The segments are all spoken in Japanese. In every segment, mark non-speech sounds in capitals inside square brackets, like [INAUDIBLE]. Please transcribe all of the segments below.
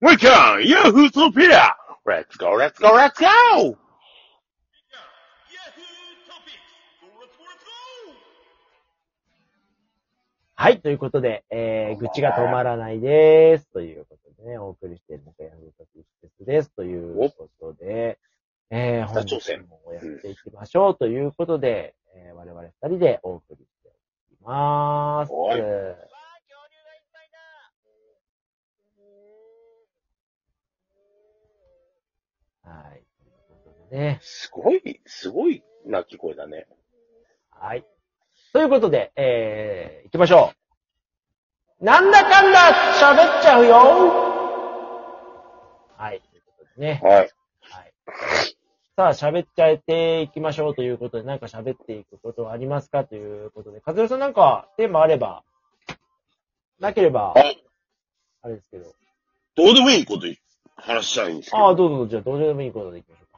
Welcome, Yahootopia! Let's go, let's go, let's go! はい、ということで、えー、愚痴が止まらないです。ということでね、お送りしているのがヤフートピックスです。ということで、えー、北朝鮮本日もやっていきましょうということで、えー、我々二人でお送りしております。おいはい、ということでね。すごい、すごいな聞こえだね。はい。ということで、えー、行きましょう。なんだかんだ喋っちゃうよはい。ということでね。はい。はい。さあ、喋っちゃえていきましょうということで、なんか喋っていくことはありますかということで、和代さんなんかテーマあれば、なければ、はいあれですけど。どうでもいいこと話したいんですけど。あああ、どうぞどうぞ、じゃあ、どうでもいいことでいきましょう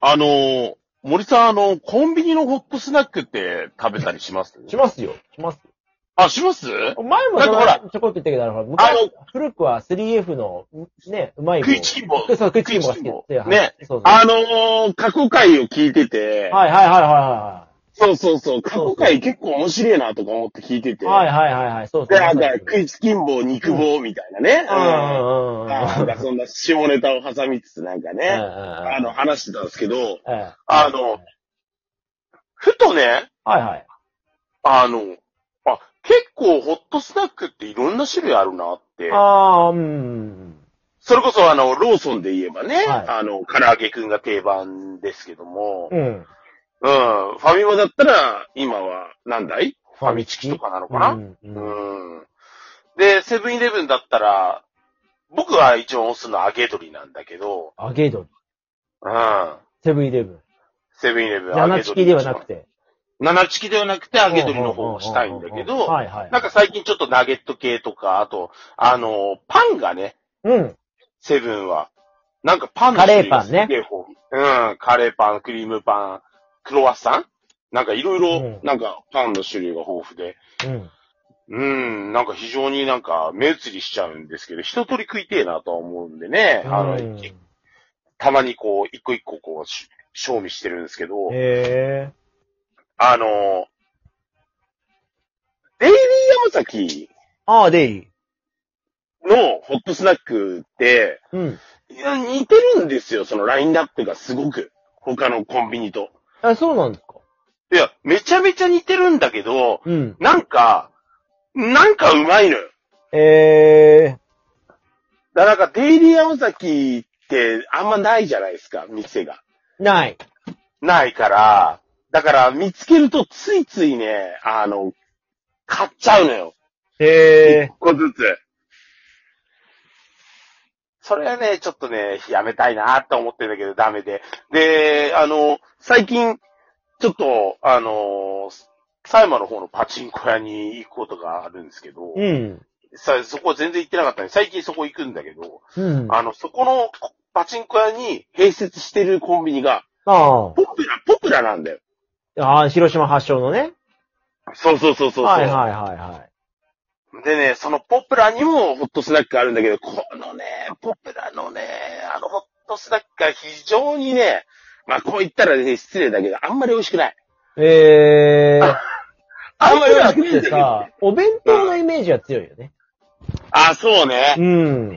か。のー、森さん、あの、コンビニのホットスナックって食べたりしますしますよ。しますよ。あ、します前もだってほらちょこっと言ったけど、あの、あ昔の、古くは 3F の、ね、うまい棒。食いチキンも。そう、クッキーも好きクでイチキンすもね。そうそう。はいあのー、過去回を聞いてて、はいはいはいはそうそうそう、過去回結構面白いなとか思って聞いてて、い。はいはいはいはい。そうそで、う。なんか、食いつきんぼ、肉棒みたいなね。うんうんうんうん。なんか、そんな下ネタを挟みつつなんかうんうね、んうんあの、、話してたんですけど、ええあの、ふとね、はいはい。あの、あ、結構ホットスナックっていろんな種類あるなって。ああ、うん。それこそあの、ローソンで言えばね、はいあの、唐揚げくんが定番ですけども、うん。うん、ファミマだったら、今は、なんだいファミチキとかなのかな、うんうん。うんで、セブンイレブンだったら、僕は一応押すのは揚げ鶏なんだけど、アゲドリ、うん。セブンイレブン。セブンイレブン七チキではなく。て。七チキではなくて揚げ鶏の方をしたいんだけううううど、はいはい。なんか、最近ちょっとナゲット系とか、あと、あの、パンがね、うん。セブンは。なんかパンのカレーパンね種類がすげえ豊富うん、カレーパン、クリームパン、クロワッサンなんかいろいうろん、なんかパンの種類が豊富で。うん。うん、なんか非常になんか目移りしちゃうんですけど、一通り食いてえなとは思うんでね、あの、うんへたまにこう、一個一個こう、し賞味してるんですけど、え。あの、デイリー山崎ああ、でいい。のホットスナックって、うん。いや似てるんですよ、そのラインナップがすごく。他のコンビニと。あ、そうなんですか。いや、めちゃめちゃ似てるんだけど、うん。なんか、なんかうまいのよ。ええ。だからなんか、デイリー山崎ってあんまないじゃないですか、店が。ない。ないから、だから見つけるとついついね、あの、買っちゃうのよ。へ一。個ずつ。それはね、ちょっとね、やめたいなって思ってんだけど、ダメで。で、あの、最近、ちょっと、あの、狭山の方のパチンコ屋に行くことがあるんですけど、うん。さそこは全然行ってなかったんで、最近そこ行くんだけど、うん。ああの、そこのパチンコ屋に併設してるコンビニが、あ。ポプラ、ポプラなんだよ。ああ、広島発祥のね。そうそうそうそうそう。はいはいはいはい。でね、そのポプラにもホットスナックあるんだけど、このね、ポプラのね、あのホットスナックが非常にね、まあこう言ったらね、失礼だけど、あんまり美味しくない。ええー。あんまり美味だしくないんっだてけど。さ、お弁当のイメージは強いよね。あ、そうね。うん。うん。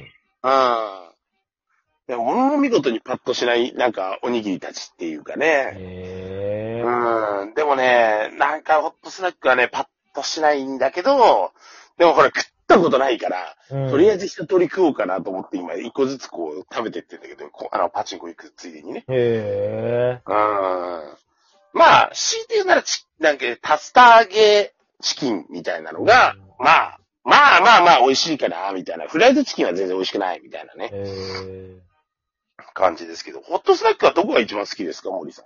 でも、俺も見事にパッとしない、なんか、おにぎりたちっていうかね。ええー。うん。でもね、なんかホットスナックはね、パッとしないんだけど、でもほら、食ったことないから、うんとりあえず一通り食おうかなと思って今、一個ずつこう食べてってんだけど、こうあの、パチンコ行くついでにね。へえ。うん。まあ、強いて言うならち、なんか、パスタ揚げチキンみたいなのが、まあ、まあまあまあ美味しいかな、みたいな。フライドチキンは全然美味しくない、みたいなね、えー、感じですけど。ホットスナックはどこが一番好きですか、森さん。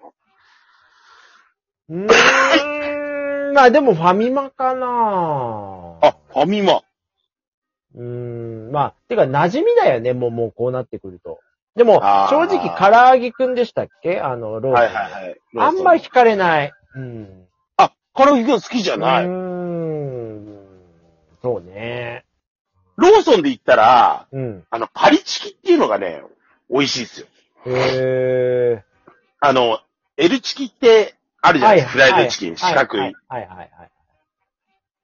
うーん。まあでもファミマかなあ、ファミマ。うーん。まあ、てか馴染みだよね、もう、もうこうなってくると。でも、あー正直唐揚げくんでしたっけあの、ローソンはでいはいはい。あんまり。惹かれない。うん。あ、カラオケが好きじゃなうい。ーん。そうね。ローソンで行ったら、うん。あの、パリチキっていうのがね、美味しいですよ。へあの、L チキってあるー。じゃないですか。フライドチキン、四角い。はいはいはいはい。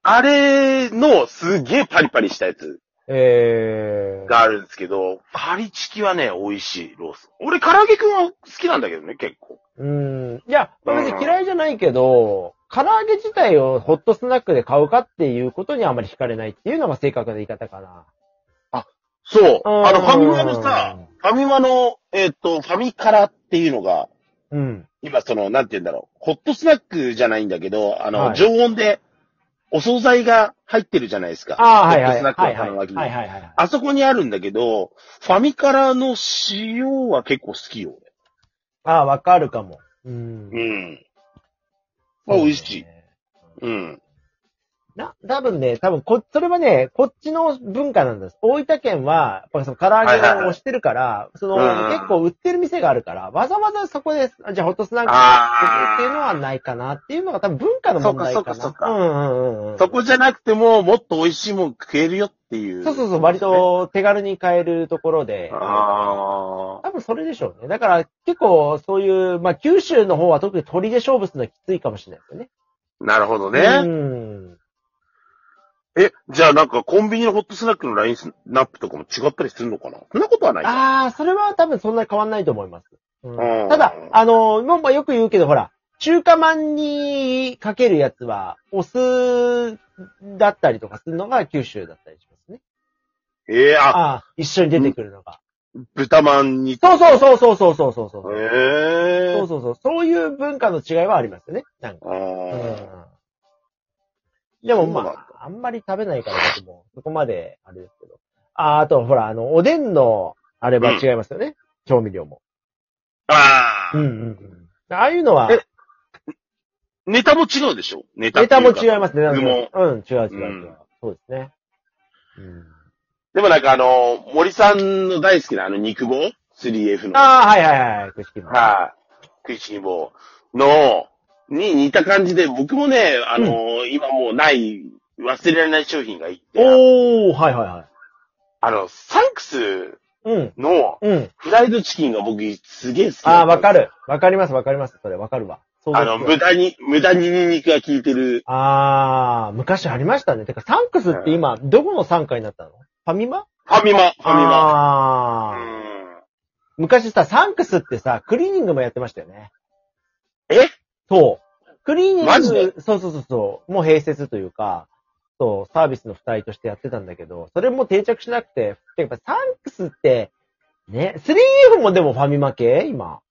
あれのすげえパリパリしたやつえー。があるんですけど、パリチキはね、美味しい、ローソン。俺、唐揚げくんは好きなんだけどね、結構。うん。いや、うん別に嫌いじゃないけど、唐揚げ自体をホットスナックで買うかっていうことにあまり惹かれないっていうのが正確な言い方かな。そう。うんあの、ファミマのさ、ファミマの、えっ、と、ファミカラっていうのが、うん。今その、なんて言うんだろう。ホットスナックじゃないんだけど、あの、はい常温で、お惣菜が入ってるじゃないですか。ああ、はいホッはトい。スナックのはいはい。頼はいむはわけいにはいはい。あそこにあるんだけど、ファミカラの塩は結構好きよ、ああ、わかるかも。うん。俺。うん。まあ、美味しそうい。ね。うん。な、多分ね、多分こ、それはね、こっちの文化なんです。大分県は、やっぱりその唐揚げを推してるから、その、うん結構売ってる店があるから、わざわざそこで、あじゃあホットスナックあーっていうのはないかなっていうのが多分文化の問題かそっかな。そっかそっかうんうんうんうん。そこじゃなくても、もっと美味しいもん食えるよっていう。そうそうそう、割。と手軽に買えるところで。ああ。多分それでしょうね。だから結構そういう、まあ九州の方は特に鳥で勝負するのはきついかもしれないですよね。なるほどうね。ん。え、じゃあなんかコンビニのホットスナックのラインナップとかも違ったりするのかなそんなことはないか。ああ、それは多分そんなに変わんないと思います。う、うんんただ、あのー、今もよく言うけど、ほら、中華まんにかけるやつは、お酢だったりとかするのが九州だったりしますね。ええあ、ああ、一緒に出てくるのが。豚まんに。そうそうそうそうそうそうそうそう。ええそうそうそう。そういう文化の違いはありますよね。なんか。あーうんでもそうなんまあ、あんまり食べないから僕も、そこまで、あれですけど。あー、あと、ほら、あの、おでんの、あれは違いますよね。調味料も。あうんー。うんうん。ああいうのは、えネタも違うでしょネタ。ネタも違いますね。具もうん、違う違う違う。うんそうですね。でもなんかあの、森さんの大好きなあの肉棒 ?3F の。ああ、はいはいはい。くしきも。はい。食いしん坊の、に似た感じで、僕もね、あの、今もうない、忘れられない商品がいって、おー、はいはいはあの、サンクスい。うん。のうん。フライドチキンが僕すげえ好きあなあ、んですよわか。る。わかりますわかります。それわかるわ。そうあの、無駄に、無駄にニンニクが効いてる。ああ、昔ありましたね。てか、サンクスって今、どこの参加になったのファミマファミマ、ファミマ。うマ。ん。昔さ、サンクスってさ、クリーニングもやってましたよね。えそう。クリーニング。マジでそうそうそうそう。もう併設というか、そう、サービスの付帯としてやってたんだけど、それも定着しなくて、てかやっぱサンクスって、ね、3F もでもファミマ系今。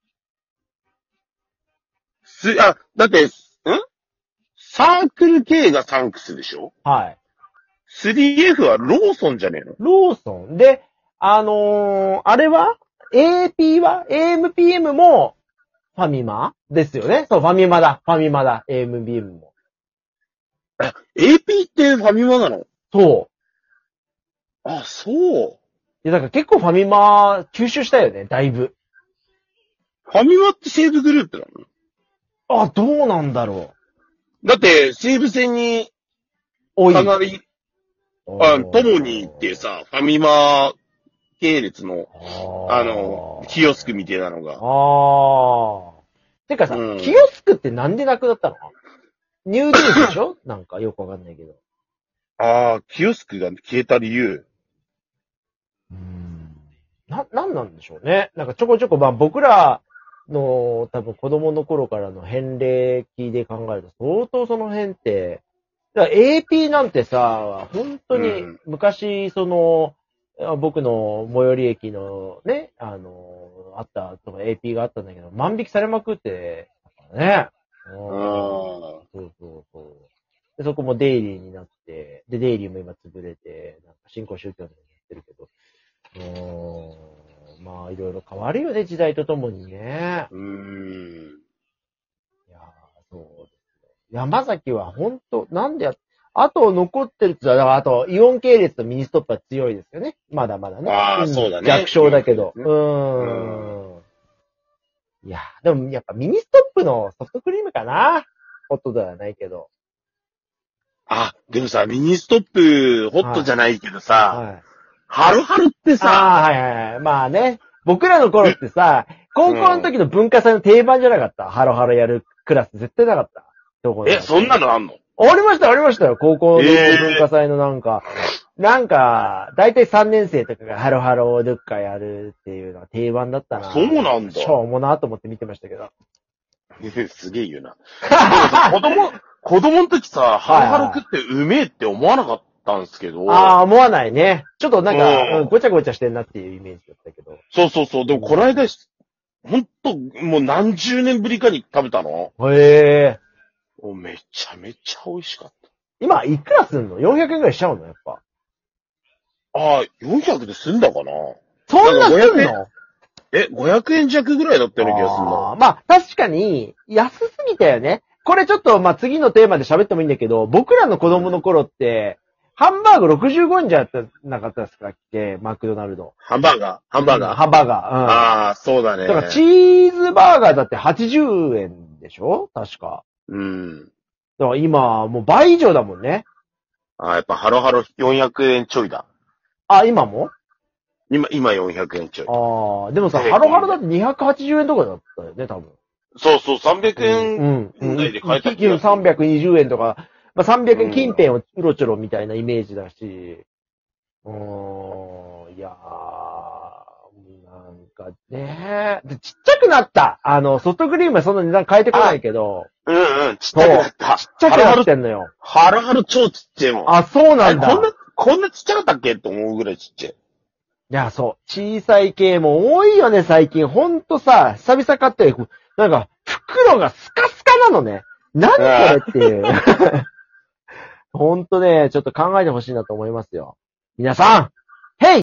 す、あ、だって、んサークル系がサンクスでしょはい。 ?3F はローソンじゃねえのローソン。で、あのーあれは ?AP は ?AMPM もファミマですよね。そう、ファミマだ。ファミマだ。AMPM も。 ?AP ってファミマなのそう。あ、そう。いや、だから結構ファミマ吸収したよね、だいぶ。ファミマって西武グループなのあ、どうなんだろだって、西武線に、う。多い。かなり、あともに行ってさ、ファミマ系列の、あー、あの、キヨスクみたいなのが。ああ。てかさ、うんキヨスクってなんでなくなったのニューデーズでしょ [LAUGHS] なんかよくわかんないけど。ああ、キヨスクが消えた理由。な、なんなんでしょうね。なんかちょこちょこ、まあ僕らの多分子供の頃からの返礼期で考えると相当その辺って、だから AP なんてさ、本当にうん昔その、あ僕の最寄り駅のね、あの、あった、とか AP があったんだけど、万引きされまくって、ね。ううんん。そうそうそう。で、そこもデイリーになって、で、デイリーも今潰れて、なんか新興宗教になってるけど。うーん。まあ、いろいろ変わるよね、時代とともにね。うーん。いやーそうですね。山崎は本当なんでや、あと残ってるっては、だからあと、イオン系列とミニストップは強いですよね。まだまだね。あーんそうだね弱小だけど。ううんーん。いやーでもやっぱミニストップのソフトクリームかなホットではないけど。あ、でもさ、ミニストップ、ホットじゃないけどさ、はい。ハルハルってさ、ああ、はいはいはい。まあね。僕らの頃ってさ、高校の時の文化祭の定番じゃなかった。ハロハロやるクラス絶対なかった。どこえ、そんなのあんの [LAUGHS] ありました、ありましたよ。高校のえー文化祭のなんか、なんか、だいたい3年生とかがハロハロをどっかやるっていうのは定番だったな。そうなんだしょうもなと思って見てましたけど。すげえ言う [LAUGHS] な。子供、子供の時さ、ハルハル食ってうめえって思わなかったんですけど、ああ、思わないね。ちょっとなんか、うんうんごちゃごちゃしてんなっていうイメージだったけど。そうそうそう、でもこの間、ほんと、もう何十年ぶりかに食べたのへえ。おめちゃめちゃ美味しかっ今、いくらすんの ?400 円くらいしちゃうのやっぱ。た。ああ、400で済んだかなそんなすん500のえ、500円弱ぐらいだったような気がするあーな。まあ、確かに、安すぎたよね。これちょっと、まあ、次のテーマで喋ってもいいんだけど、僕らの子供の頃って、ハンバーグ65円じゃなかったなかったですかっけマクドナルド。ハンバーガーハンバーガー。ハンバーガー。ああ、そうだうね。ん。だから、チーズバーガーだって80円でしょ確か。うん。だから今、もう倍以上だもんね。ああ、やっぱハロハロ400円ちょいだ。あ、今も今、今400円ちょい。ああ、でもさ、はいハロハロだって280円とかだったよね、多分。そうそう、300う円。ん。うん。問題で買えた一気に320円とか、まあ、300円近辺をうろちょろみたいなイメージだし、うーん、いやー、なんかねでちっちゃくなったあの、ソフトクリームはそんな値段変えてこないけど、うんうん、ちっちゃくなった。ちっちっちゃくなってんのよ。ハロハロ超ちっちゃいもん。あ、そうあなれんこんだ。な、こんなちっちゃかったっけって思うぐらいちっちゃい。いや、そう。小さい系も多いよね、最近。ほんとさ、久々買って、なんか、袋がスカスカなのね。何これっていう。 [LAUGHS] ほんとね、ちょっと考えてほしいなと思いますよ。皆さん